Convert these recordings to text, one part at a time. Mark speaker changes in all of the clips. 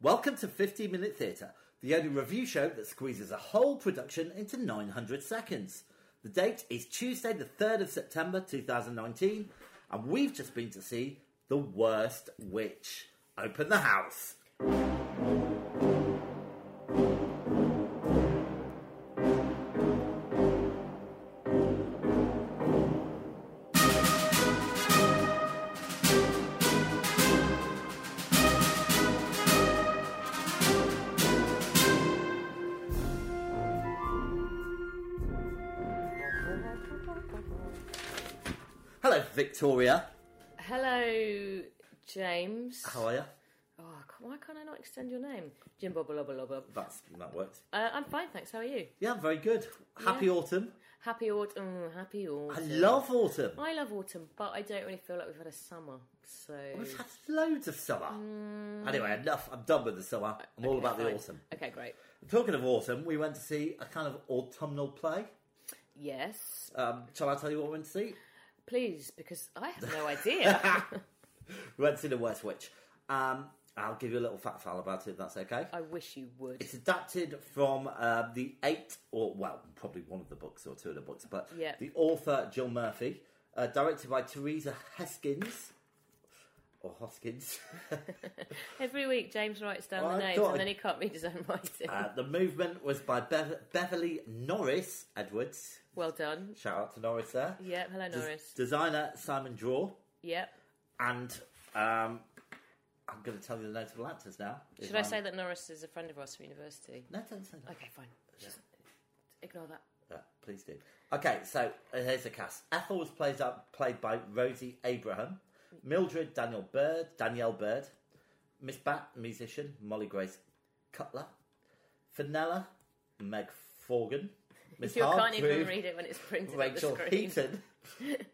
Speaker 1: Welcome to 15 Minute Theatre, the only review show that squeezes a whole production into 900 seconds. The date is Tuesday, the 3rd of September 2019, and we've just been to see The Worst Witch. Open the house. Hello, Victoria.
Speaker 2: Hello, James.
Speaker 1: How are you?
Speaker 2: Oh, c- why can't I not extend your name? Jim Bob Lob Lob. Uh,
Speaker 1: That's, that worked.
Speaker 2: I'm fine, thanks. How are you?
Speaker 1: Yeah, I'm very good. Happy
Speaker 2: Yeah.
Speaker 1: autumn.
Speaker 2: Happy autumn. Happy
Speaker 1: I
Speaker 2: autumn.
Speaker 1: love autumn.
Speaker 2: I love autumn, but I don't really feel like we've had a summer. So
Speaker 1: We've had loads of summer. Anyway, enough. I'm done with the summer. I'm all
Speaker 2: Mm. Okay,
Speaker 1: about the
Speaker 2: fine.
Speaker 1: autumn.
Speaker 2: Okay, great.
Speaker 1: Talking of autumn, we went to see a kind of autumnal play.
Speaker 2: Yes,
Speaker 1: Um, shall I tell you what we went to see?
Speaker 2: please, because I have no idea.
Speaker 1: We went to see The West Witch. Um, I'll give you a little fat file about it if that's okay.
Speaker 2: I wish you would.
Speaker 1: It's adapted from uh, the eight, or well, probably one of the books or two of the books, but
Speaker 2: Yeah.
Speaker 1: the author Jill Murphy, uh, directed by Teresa Heskins. Or Hoskins.
Speaker 2: Every week, James writes down
Speaker 1: Well, Oh, I
Speaker 2: the names,
Speaker 1: thought I-
Speaker 2: and then he can't read his own writing.
Speaker 1: Uh, the movement was by Bev- Beverly Norris Edwards.
Speaker 2: well done.
Speaker 1: Shout out to Norris there.
Speaker 2: Yep. Hello,
Speaker 1: Des-
Speaker 2: Norris.
Speaker 1: designer Simon Draw.
Speaker 2: Yep.
Speaker 1: And um, I'm going to tell you the notable actors now. If
Speaker 2: Should I
Speaker 1: I'm-
Speaker 2: say that Norris is a friend of ours from university?
Speaker 1: No, don't say that.
Speaker 2: Okay, fine. Just ignore that.
Speaker 1: Uh, please do. Okay, so uh, here's the cast. Ethel was played up, played by Rosie Abraham, Mildred Daniel Bird, Danielle Bird, Miss Bat, musician Molly Grace Cutler, Finella Meg Forgan, Miss
Speaker 2: You can't even
Speaker 1: Hargrove,
Speaker 2: read it when it's printed
Speaker 1: Rachel
Speaker 2: on the screen.
Speaker 1: Heaton,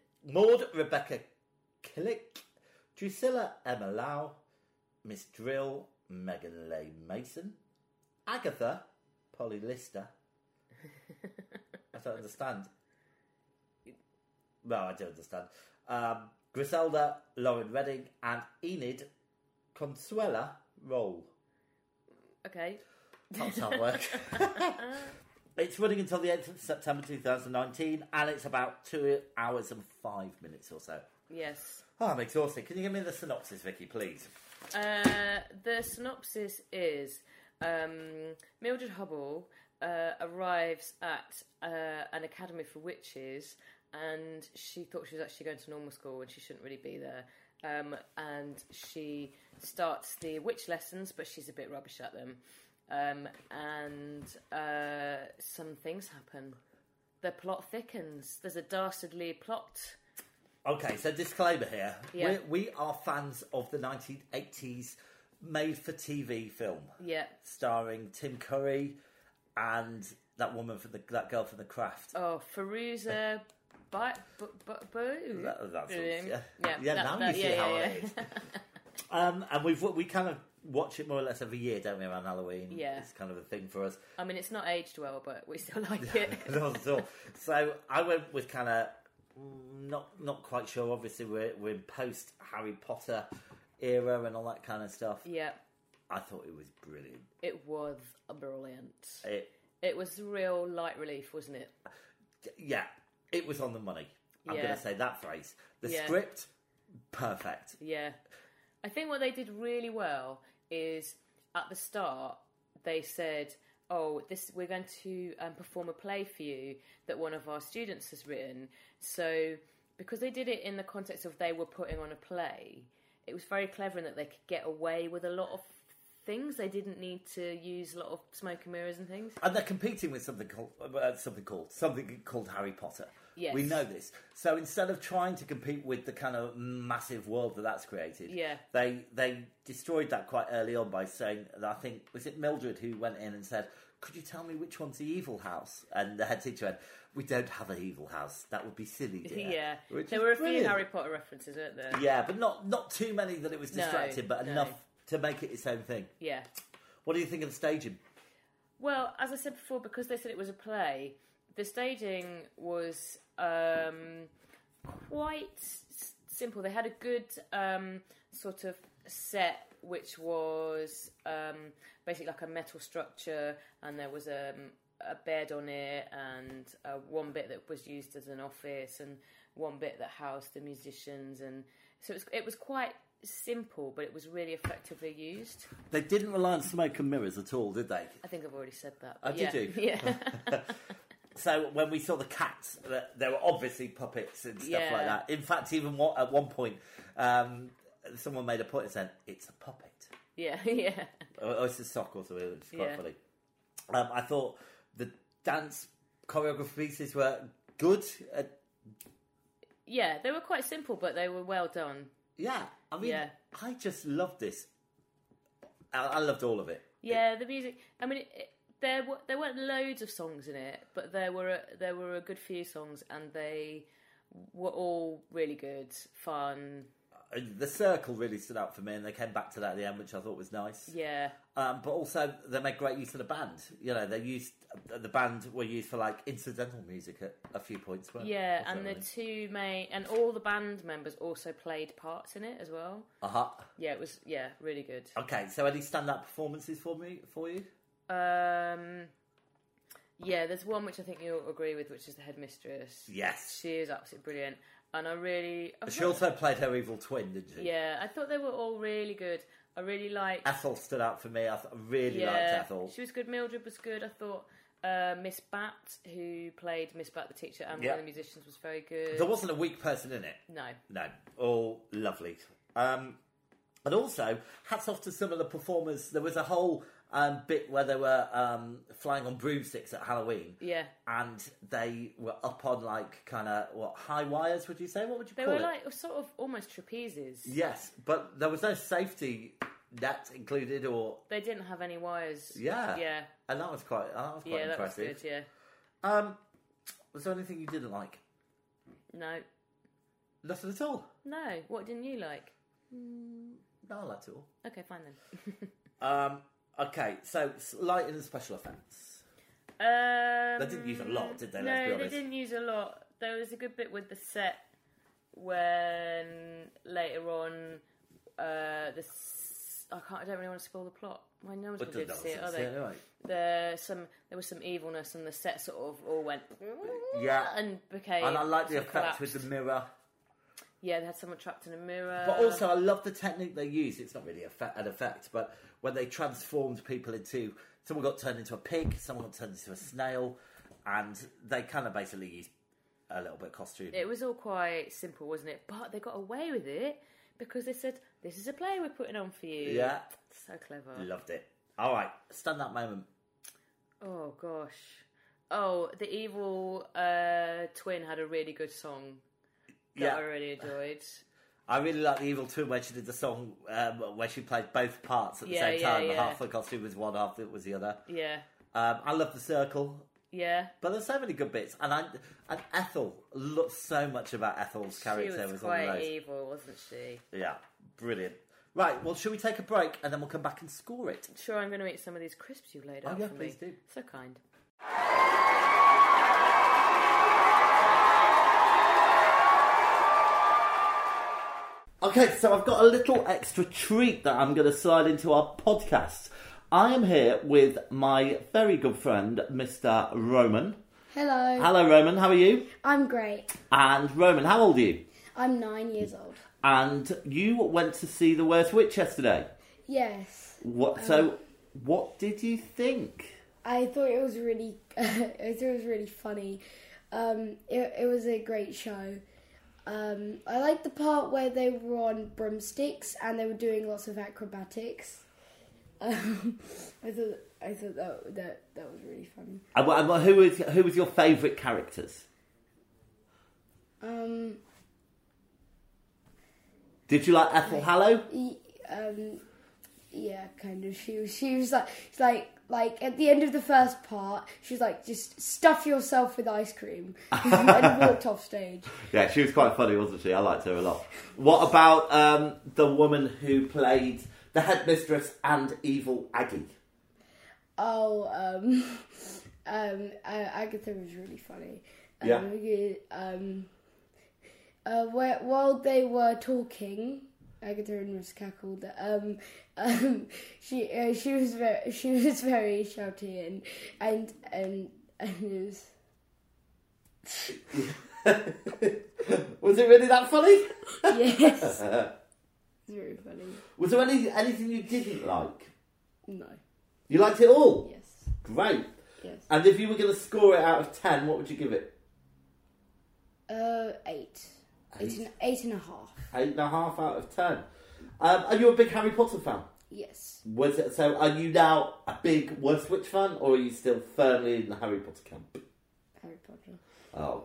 Speaker 1: Maud Rebecca Killick, Drusilla Emma Lau, Miss Drill Megan Leigh Mason, Agatha Polly Lister. I don't understand. No, I don't understand. Um, Griselda Lauren Redding and Enid Consuela Roll.
Speaker 2: Okay.
Speaker 1: That's how it works. it's running until the 8th of September 2019 and it's about two hours and five minutes or so.
Speaker 2: Yes.
Speaker 1: Oh, I'm exhausted. Can you give me the synopsis, Vicky, please?
Speaker 2: Uh, the synopsis is um, Mildred Hubble uh, arrives at uh, an academy for witches, and she thought she was actually going to normal school and she shouldn't really be there. Um, and she starts the witch lessons, but she's a bit rubbish at them. Um, and uh, some things happen. The plot thickens. There's a dastardly plot.
Speaker 1: Okay, so disclaimer here.
Speaker 2: Yeah.
Speaker 1: We're, we are fans of the 1980s made for TV film
Speaker 2: Yeah.
Speaker 1: starring Tim Curry and that woman from the that girl from the craft.
Speaker 2: Oh, Feruza Ba- Bu- Bu- Boo.
Speaker 1: That- that's all,
Speaker 2: Brilliant.
Speaker 1: yeah.
Speaker 2: Yeah,
Speaker 1: Yeah,
Speaker 2: that-
Speaker 1: now
Speaker 2: that-
Speaker 1: you see
Speaker 2: yeah,
Speaker 1: how
Speaker 2: yeah,
Speaker 1: it is. um, and we've we kind of watch it more or less every year, don't we, around Halloween?
Speaker 2: Yeah.
Speaker 1: It's kind of a thing for us.
Speaker 2: I mean, it's not aged well, but we still like it.
Speaker 1: Not at all. So I went with kind of mm, not not quite sure. Obviously, we're we're in post Harry Potter era and all that kind of stuff.
Speaker 2: yeah,
Speaker 1: I thought it was brilliant.
Speaker 2: it was brilliant.
Speaker 1: It
Speaker 2: It was real light relief, wasn't it?
Speaker 1: yeah, it was on the money. I'm
Speaker 2: Yeah.
Speaker 1: going to say that phrase. The
Speaker 2: Yeah.
Speaker 1: script, perfect.
Speaker 2: Yeah. I think what they did really well is at the start they said, "Oh, this we're going to um, perform a play for you that one of our students has written." So because they did it in the context of they were putting on a play, it was very clever in that they could get away with a lot of things. They didn't need to use a lot of smoke and mirrors and things.
Speaker 1: And they're competing with something called uh, something called something called Harry Potter.
Speaker 2: Yes.
Speaker 1: We know this. So instead of trying to compete with the kind of massive world that that's created,
Speaker 2: Yeah.
Speaker 1: they they destroyed that quite early on by saying, and I think was it Mildred who went in and said, "Could you tell me which one's the evil house?" And the head teacher went, "We don't have an evil house. That would be silly." Dear.
Speaker 2: Yeah,
Speaker 1: Which
Speaker 2: there
Speaker 1: is
Speaker 2: were a
Speaker 1: brilliant.
Speaker 2: few Harry Potter references, weren't there?
Speaker 1: Yeah, but not not too many that it was distracting, but
Speaker 2: no.
Speaker 1: enough to make it its own thing.
Speaker 2: yeah.
Speaker 1: What do you think of the staging?
Speaker 2: Well, as I said before, because they said it was a play, the staging was um, quite s- simple. They had a good um, sort of set which was um, basically like a metal structure, and there was a, a bed on it, and uh, one bit that was used as an office, and one bit that housed the musicians, and so it was, it was quite simple, but it was really effectively used.
Speaker 1: They didn't rely on smoke and mirrors at all, did they?
Speaker 2: I think I've already said that.
Speaker 1: Oh,
Speaker 2: but
Speaker 1: did you?
Speaker 2: yeah. Yeah.
Speaker 1: So when we saw the cats, th- they were obviously puppets and stuff
Speaker 2: Yeah.
Speaker 1: like that. In fact, even what, at one point, um, someone made a point and said, "It's a puppet,"
Speaker 2: yeah, yeah,
Speaker 1: or, or it's a sock or something. It's quite
Speaker 2: Yeah.
Speaker 1: funny. Um, I thought the dance choreography pieces were good. Uh,
Speaker 2: yeah. They were quite simple, but they were well done.
Speaker 1: yeah, I mean,
Speaker 2: Yeah.
Speaker 1: I just loved this. I, I loved all of it.
Speaker 2: Yeah, the music. I mean, it, it, there were there weren't loads of songs in it, but there were a, there were a good few songs, and they were all really good, fun.
Speaker 1: Uh, The circle really stood out for me, and they came back to that at the end, which I thought was nice.
Speaker 2: Yeah,
Speaker 1: Um, but also, they made great use of the band. You know, they used the band were used for like incidental music at a few points. Weren't
Speaker 2: yeah, and the two main and all the band members also played parts in it as well.
Speaker 1: uh huh.
Speaker 2: Yeah, it was yeah really good.
Speaker 1: Okay, so any standout performances for me for you?
Speaker 2: Um, yeah, there's one which I think you'll agree with, which is the headmistress.
Speaker 1: Yes,
Speaker 2: She is absolutely brilliant, and I really I
Speaker 1: she
Speaker 2: thought-
Speaker 1: also played her evil twin, didn't she?
Speaker 2: yeah I thought they were all really good. I really liked
Speaker 1: Ethel stood out for me. I th- I really
Speaker 2: Yeah,
Speaker 1: liked Ethel.
Speaker 2: she was good. Mildred was good. I thought uh, Miss Bat, who played Miss Bat the teacher and
Speaker 1: Yeah.
Speaker 2: one of the musicians, was very good.
Speaker 1: There wasn't a weak person in it.
Speaker 2: no,
Speaker 1: No, all lovely. Um, and also, hats off to some of the performers. There was a whole um, bit where they were um, flying on broomsticks at Halloween.
Speaker 2: yeah,
Speaker 1: and they were up on like kind of what high wires would you say? What would you
Speaker 2: they
Speaker 1: call
Speaker 2: were
Speaker 1: it?
Speaker 2: like sort of almost trapezes.
Speaker 1: yes, but there was no safety net included, or
Speaker 2: They didn't have any wires.
Speaker 1: Yeah.
Speaker 2: yeah,
Speaker 1: and that was quite that was quite
Speaker 2: yeah. That was
Speaker 1: impressive.
Speaker 2: good. Yeah,
Speaker 1: Um, was there anything you didn't like?
Speaker 2: no,
Speaker 1: Nothing at all.
Speaker 2: no. What didn't you like?
Speaker 1: No, I liked it all.
Speaker 2: Okay, fine then.
Speaker 1: Um, okay, so s- lighting and special effects.
Speaker 2: um,
Speaker 1: They didn't use a lot, did they?
Speaker 2: No,
Speaker 1: Let's be
Speaker 2: they
Speaker 1: honest.
Speaker 2: didn't use a lot. There was a good bit with the set when later on uh, the s- I can't. I don't really want to spoil the plot. Well, no one's
Speaker 1: But
Speaker 2: going to
Speaker 1: that
Speaker 2: see it,
Speaker 1: was
Speaker 2: are
Speaker 1: it,
Speaker 2: they?
Speaker 1: anyway.
Speaker 2: There some there was some evilness, and the set sort of all went
Speaker 1: Yeah.
Speaker 2: and became.
Speaker 1: And I like the
Speaker 2: sort of
Speaker 1: effect with the
Speaker 2: collapsed.
Speaker 1: mirror.
Speaker 2: yeah, they had someone trapped in a mirror.
Speaker 1: But also, I love the technique they use. It's not really a fe- an effect, but when they transformed people into someone got turned into a pig, someone got turned into a snail, and they kind of basically used a little bit of costume.
Speaker 2: it was all quite simple, wasn't it? But they got away with it because they said, "This is a play we're putting on for you."
Speaker 1: yeah,
Speaker 2: so clever.
Speaker 1: loved it. All right, stand that moment.
Speaker 2: Oh gosh. Oh, the evil uh, twin had a really good song that
Speaker 1: yeah,
Speaker 2: I really enjoyed.
Speaker 1: I really like the Evil Twin where she did the song um, where she played both parts at the
Speaker 2: Yeah,
Speaker 1: same
Speaker 2: yeah,
Speaker 1: time.
Speaker 2: yeah.
Speaker 1: Half the costume was one, half it was the other.
Speaker 2: Yeah,
Speaker 1: Um, I love the circle,
Speaker 2: yeah.
Speaker 1: but there's so many good bits. And I and Ethel loved so much about Ethel's character.
Speaker 2: she was,
Speaker 1: was one of
Speaker 2: quite
Speaker 1: those.
Speaker 2: evil, wasn't she?
Speaker 1: Yeah, brilliant. Right, well, shall we take a break and then we'll come back and score it?
Speaker 2: Sure, I'm going to eat some of these crisps you've laid out
Speaker 1: Oh, yeah,
Speaker 2: for
Speaker 1: please
Speaker 2: me.
Speaker 1: do.
Speaker 2: So kind.
Speaker 1: Okay, so I've got a little extra treat that I'm going to slide into our podcast. I am here with my very good friend, Mr. Roman.
Speaker 3: Hello.
Speaker 1: Hello, Roman, how are you?
Speaker 3: I'm great.
Speaker 1: And, Roman, how old are you?
Speaker 3: I'm nine years old.
Speaker 1: And you went to see The Worst Witch yesterday.
Speaker 3: Yes.
Speaker 1: What? So, what did you think?
Speaker 3: I thought it was really, I thought it was really funny. Um, it, it was a great show. Um, I liked the part where they were on broomsticks and they were doing lots of acrobatics. Um, I thought, I thought that, that that was really funny.
Speaker 1: And, wha- and wha- who was who was your favourite characters?
Speaker 3: Um,
Speaker 1: Did you like Ethel Hallow?
Speaker 3: y- um, yeah, kind of. She was, she was like, it's like, like at the end of the first part, she was like, just stuff yourself with ice cream and walked off stage.
Speaker 1: Yeah, she was quite funny, wasn't she? I liked her a lot. What about um, the woman who played the headmistress and evil Aggie?
Speaker 3: Oh, um, um, uh, Agatha was really funny. Um,
Speaker 1: Yeah.
Speaker 3: we- Um, uh, where, while they were talking, Agatha Russ cackled. Um, um, she uh, she was very she was very shouty and and and, and it was.
Speaker 1: was it really that funny?
Speaker 3: Yes. it's very funny.
Speaker 1: Was there any anything you didn't like?
Speaker 3: No.
Speaker 1: You liked it all.
Speaker 3: Yes.
Speaker 1: Great.
Speaker 3: Yes.
Speaker 1: And if you were going to score it out of ten, what would you give it?
Speaker 3: Uh, eight. Eight and, eight and a half.
Speaker 1: Eight and a half out of ten. Um, are you a big Harry Potter fan?
Speaker 3: Yes.
Speaker 1: Was it, so are you now a big Westwich fan, or are you still firmly in the Harry Potter camp?
Speaker 3: Harry Potter.
Speaker 1: Oh,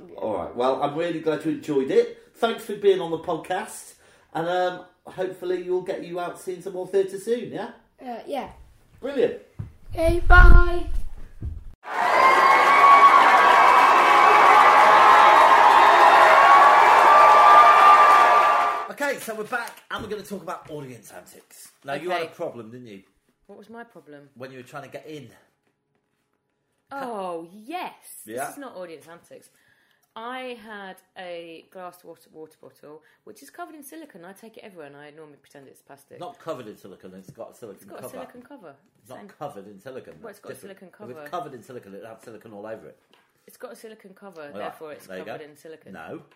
Speaker 1: okay. All right. Well, I'm really glad you enjoyed it. Thanks for being on the podcast, and um, hopefully you'll get you out seeing some more theatre soon. Yeah,
Speaker 3: Uh, yeah.
Speaker 1: brilliant.
Speaker 3: Okay, bye.
Speaker 1: Okay, so we're back, and we're going to talk about audience antics. Now you had a
Speaker 2: Okay.
Speaker 1: problem, didn't you,
Speaker 2: What was my problem?
Speaker 1: when you were trying to get in?
Speaker 2: Oh yes,
Speaker 1: Yeah.
Speaker 2: this is not audience antics. I had a glass water, water bottle which is covered in silicone. I take it everywhere, and I normally pretend it's plastic.
Speaker 1: Not covered in silicon. It's got a silicon
Speaker 2: it's got
Speaker 1: cover.
Speaker 2: a silicone cover.
Speaker 1: It's not
Speaker 2: Same-
Speaker 1: covered in silicon.
Speaker 2: Well, it's got a silicone
Speaker 1: If
Speaker 2: cover.
Speaker 1: it's covered in silicon, it'll have silicon all over it.
Speaker 2: It's got a silicone cover,
Speaker 1: All right,
Speaker 2: therefore it's
Speaker 1: there you go.
Speaker 2: covered in silicone.
Speaker 1: No.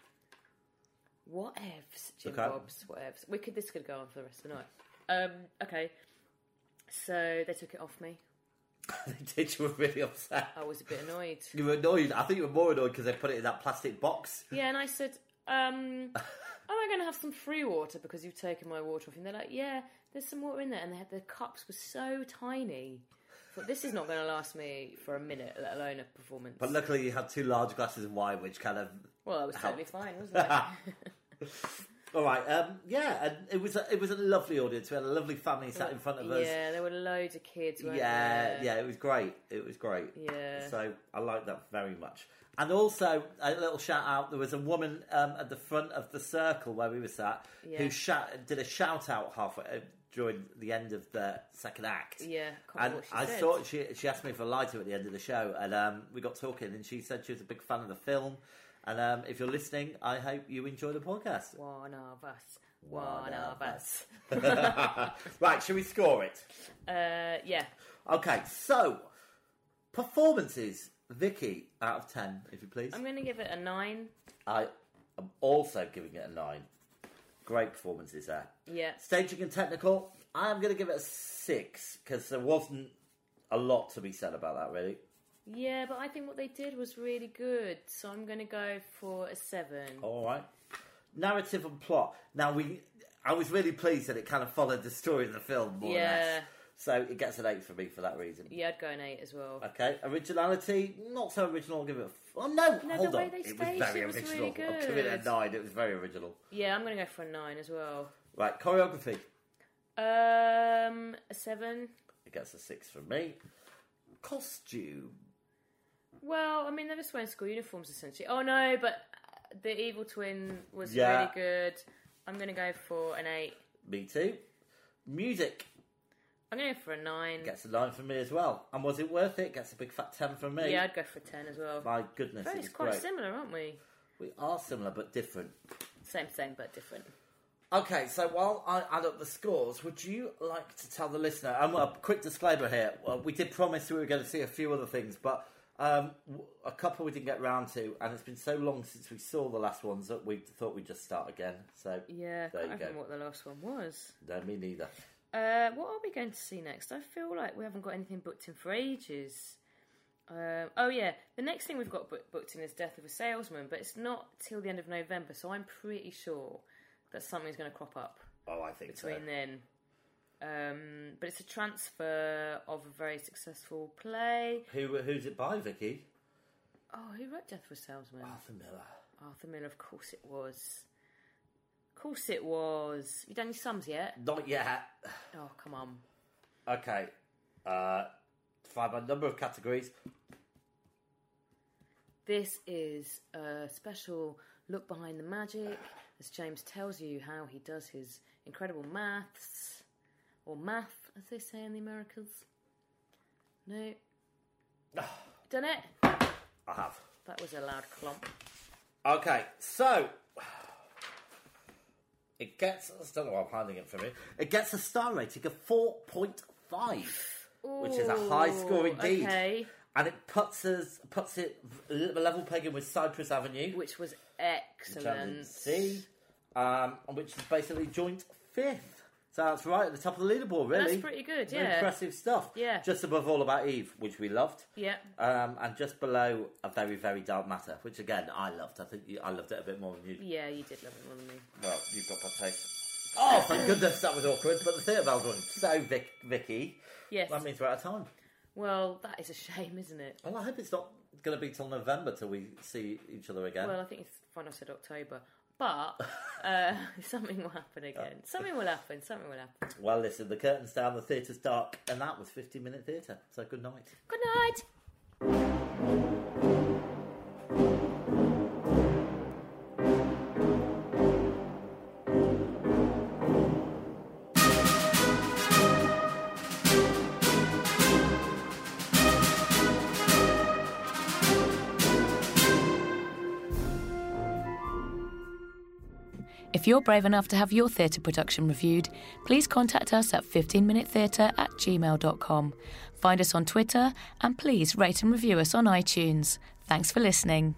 Speaker 2: What ifs, Jim
Speaker 1: Look out.
Speaker 2: Bob's, what ifs. We could, this could go on for the rest of the night. Um, okay. So they took it off me.
Speaker 1: Did you were really upset?
Speaker 2: I was a bit annoyed.
Speaker 1: You were annoyed. I think you were more annoyed because they put it in that plastic box.
Speaker 2: Yeah, and I said, um, am I going to have some free water because you've taken my water off? And they're like, yeah, there's some water in there. And they had, the cups were so tiny. But this is not going to last me for a minute, let alone a performance.
Speaker 1: But luckily, you had two large glasses of wine, which kind of.
Speaker 2: well, I was
Speaker 1: Ow.
Speaker 2: totally fine, wasn't I?
Speaker 1: All right. Um, yeah, and it was a, it was a lovely audience. We had a lovely family sat in front of us.
Speaker 2: yeah, there were loads of kids. weren't
Speaker 1: yeah,
Speaker 2: there?
Speaker 1: yeah, It was great. It was great.
Speaker 2: Yeah.
Speaker 1: So I like that very much. And also a little shout out. There was a woman um, at the front of the circle where we were sat
Speaker 2: Yeah.
Speaker 1: who shout, did a shout out halfway uh, during the end of the second act.
Speaker 2: Yeah, I can't
Speaker 1: And
Speaker 2: remember what she
Speaker 1: I
Speaker 2: said.
Speaker 1: thought she she asked me for a lighter at the end of the show, and um, we got talking, and she said she was a big fan of the film. And um, if you're listening, I hope you enjoy the podcast.
Speaker 2: One of us.
Speaker 1: One
Speaker 2: One,
Speaker 1: of
Speaker 2: of us.
Speaker 1: right, shall we score it?
Speaker 2: Uh, yeah.
Speaker 1: Okay, so performances, Vicky, out of ten, if you please.
Speaker 2: I'm going to give it a nine.
Speaker 1: I am also giving it a nine. Great performances there.
Speaker 2: Yeah.
Speaker 1: Staging and technical, I'm going to give it a six because there wasn't a lot to be said about that, really.
Speaker 2: Yeah, but I think what they did was really good. So I'm going to go for a seven.
Speaker 1: All right. Narrative and plot. Now we, I was really pleased that it kind of followed the story of the film more or less.
Speaker 2: Yeah.
Speaker 1: So it gets an eight for me for that reason.
Speaker 2: Yeah, I'd go an eight as well.
Speaker 1: Okay, originality, not so original. I'll give it. A f- oh no,
Speaker 2: the
Speaker 1: hold
Speaker 2: way
Speaker 1: on,
Speaker 2: they
Speaker 1: it was
Speaker 2: staged
Speaker 1: very
Speaker 2: it was really
Speaker 1: original. I'll give it a
Speaker 2: good.
Speaker 1: nine. It was very original.
Speaker 2: Yeah, I'm going to go for a nine as well.
Speaker 1: Right, choreography.
Speaker 2: Um, a seven.
Speaker 1: It gets a six from me. Costume.
Speaker 2: Well, I mean, they're just wearing school uniforms essentially. Oh no, but uh, the evil twin was
Speaker 1: Yeah.
Speaker 2: really good. I'm going to go for an eight.
Speaker 1: Me too. Music
Speaker 2: I'm going to go for a nine.
Speaker 1: gets a nine from me as well. And was it worth it? Gets a big fat ten from me.
Speaker 2: Yeah, I'd go for a ten as well.
Speaker 1: My goodness,
Speaker 2: But
Speaker 1: it
Speaker 2: it's
Speaker 1: was
Speaker 2: quite
Speaker 1: great.
Speaker 2: similar, aren't we?
Speaker 1: we are similar but different.
Speaker 2: Same thing, but different.
Speaker 1: Okay, so while I add up the scores, would you like to tell the listener? And a quick disclaimer here: well, we did promise we were going to see a few other things, but um, w- a couple we didn't get round to, and it's been so long since we saw the last ones that we thought we'd just start again. So
Speaker 2: Yeah,
Speaker 1: There
Speaker 2: I
Speaker 1: you
Speaker 2: can't
Speaker 1: go.
Speaker 2: remember what the last one was.
Speaker 1: no, me neither.
Speaker 2: Uh, what are we going to see next? I feel like we haven't got anything booked in for ages. Um, oh yeah, the next thing we've got book- booked in is Death of a Salesman, but it's not till the end of November, so I'm pretty sure that something's going to crop up
Speaker 1: Oh, I think
Speaker 2: between then. Um, but it's a transfer of a very successful play.
Speaker 1: so. Who who's it by, Vicky?
Speaker 2: Oh, who wrote Death of a Salesman?
Speaker 1: Arthur Miller.
Speaker 2: Arthur Miller, of course it was. Of course it was. You done your sums yet?
Speaker 1: Not yet.
Speaker 2: Oh come on.
Speaker 1: Okay. Uh, find my number of categories.
Speaker 2: This is a special look behind the magic as James tells you how he does his incredible maths, or math, as they say in the Americas. No. Done it?
Speaker 1: I have.
Speaker 2: That was a loud clomp.
Speaker 1: Okay, so It gets, I don't know why I'm hiding it from you, it gets a star rating of 4.5, which is a high score
Speaker 2: Ooh,
Speaker 1: indeed.
Speaker 2: Okay,
Speaker 1: And it puts us, puts it level pegging with Cypress Avenue,
Speaker 2: which was
Speaker 1: which I didn't
Speaker 2: excellent.
Speaker 1: see, um, and which is basically joint fifth. So that's right at the top of the leaderboard, really.
Speaker 2: That's pretty good,
Speaker 1: Very
Speaker 2: yeah.
Speaker 1: Impressive stuff.
Speaker 2: Yeah.
Speaker 1: Just above All About Eve, which we loved.
Speaker 2: Yeah,
Speaker 1: Um, and just below a very, very dark matter, which again I loved. I think you, I loved it a bit more than you.
Speaker 2: yeah, you did love it more than me.
Speaker 1: Well, you've got bad taste. Oh, thank goodness that was awkward. But the theatre bell's rung. So, Vic, Vicky,
Speaker 2: Yes.
Speaker 1: that means we're out of time.
Speaker 2: Well, that is a shame, isn't it?
Speaker 1: Well, I hope it's not going to be till November till we see each other again.
Speaker 2: Well, I think it's fine. I said October, but uh, something will happen again. Something will happen. Something will happen.
Speaker 1: Well, listen, the curtain's down, the theatre's dark, and that was 15 minute theatre. So, good night.
Speaker 2: Good night.
Speaker 4: If you're brave enough to have your theatre production reviewed, please contact us at 15minutetheatre at gmail.com. Find us on Twitter and please rate and review us on iTunes. Thanks for listening.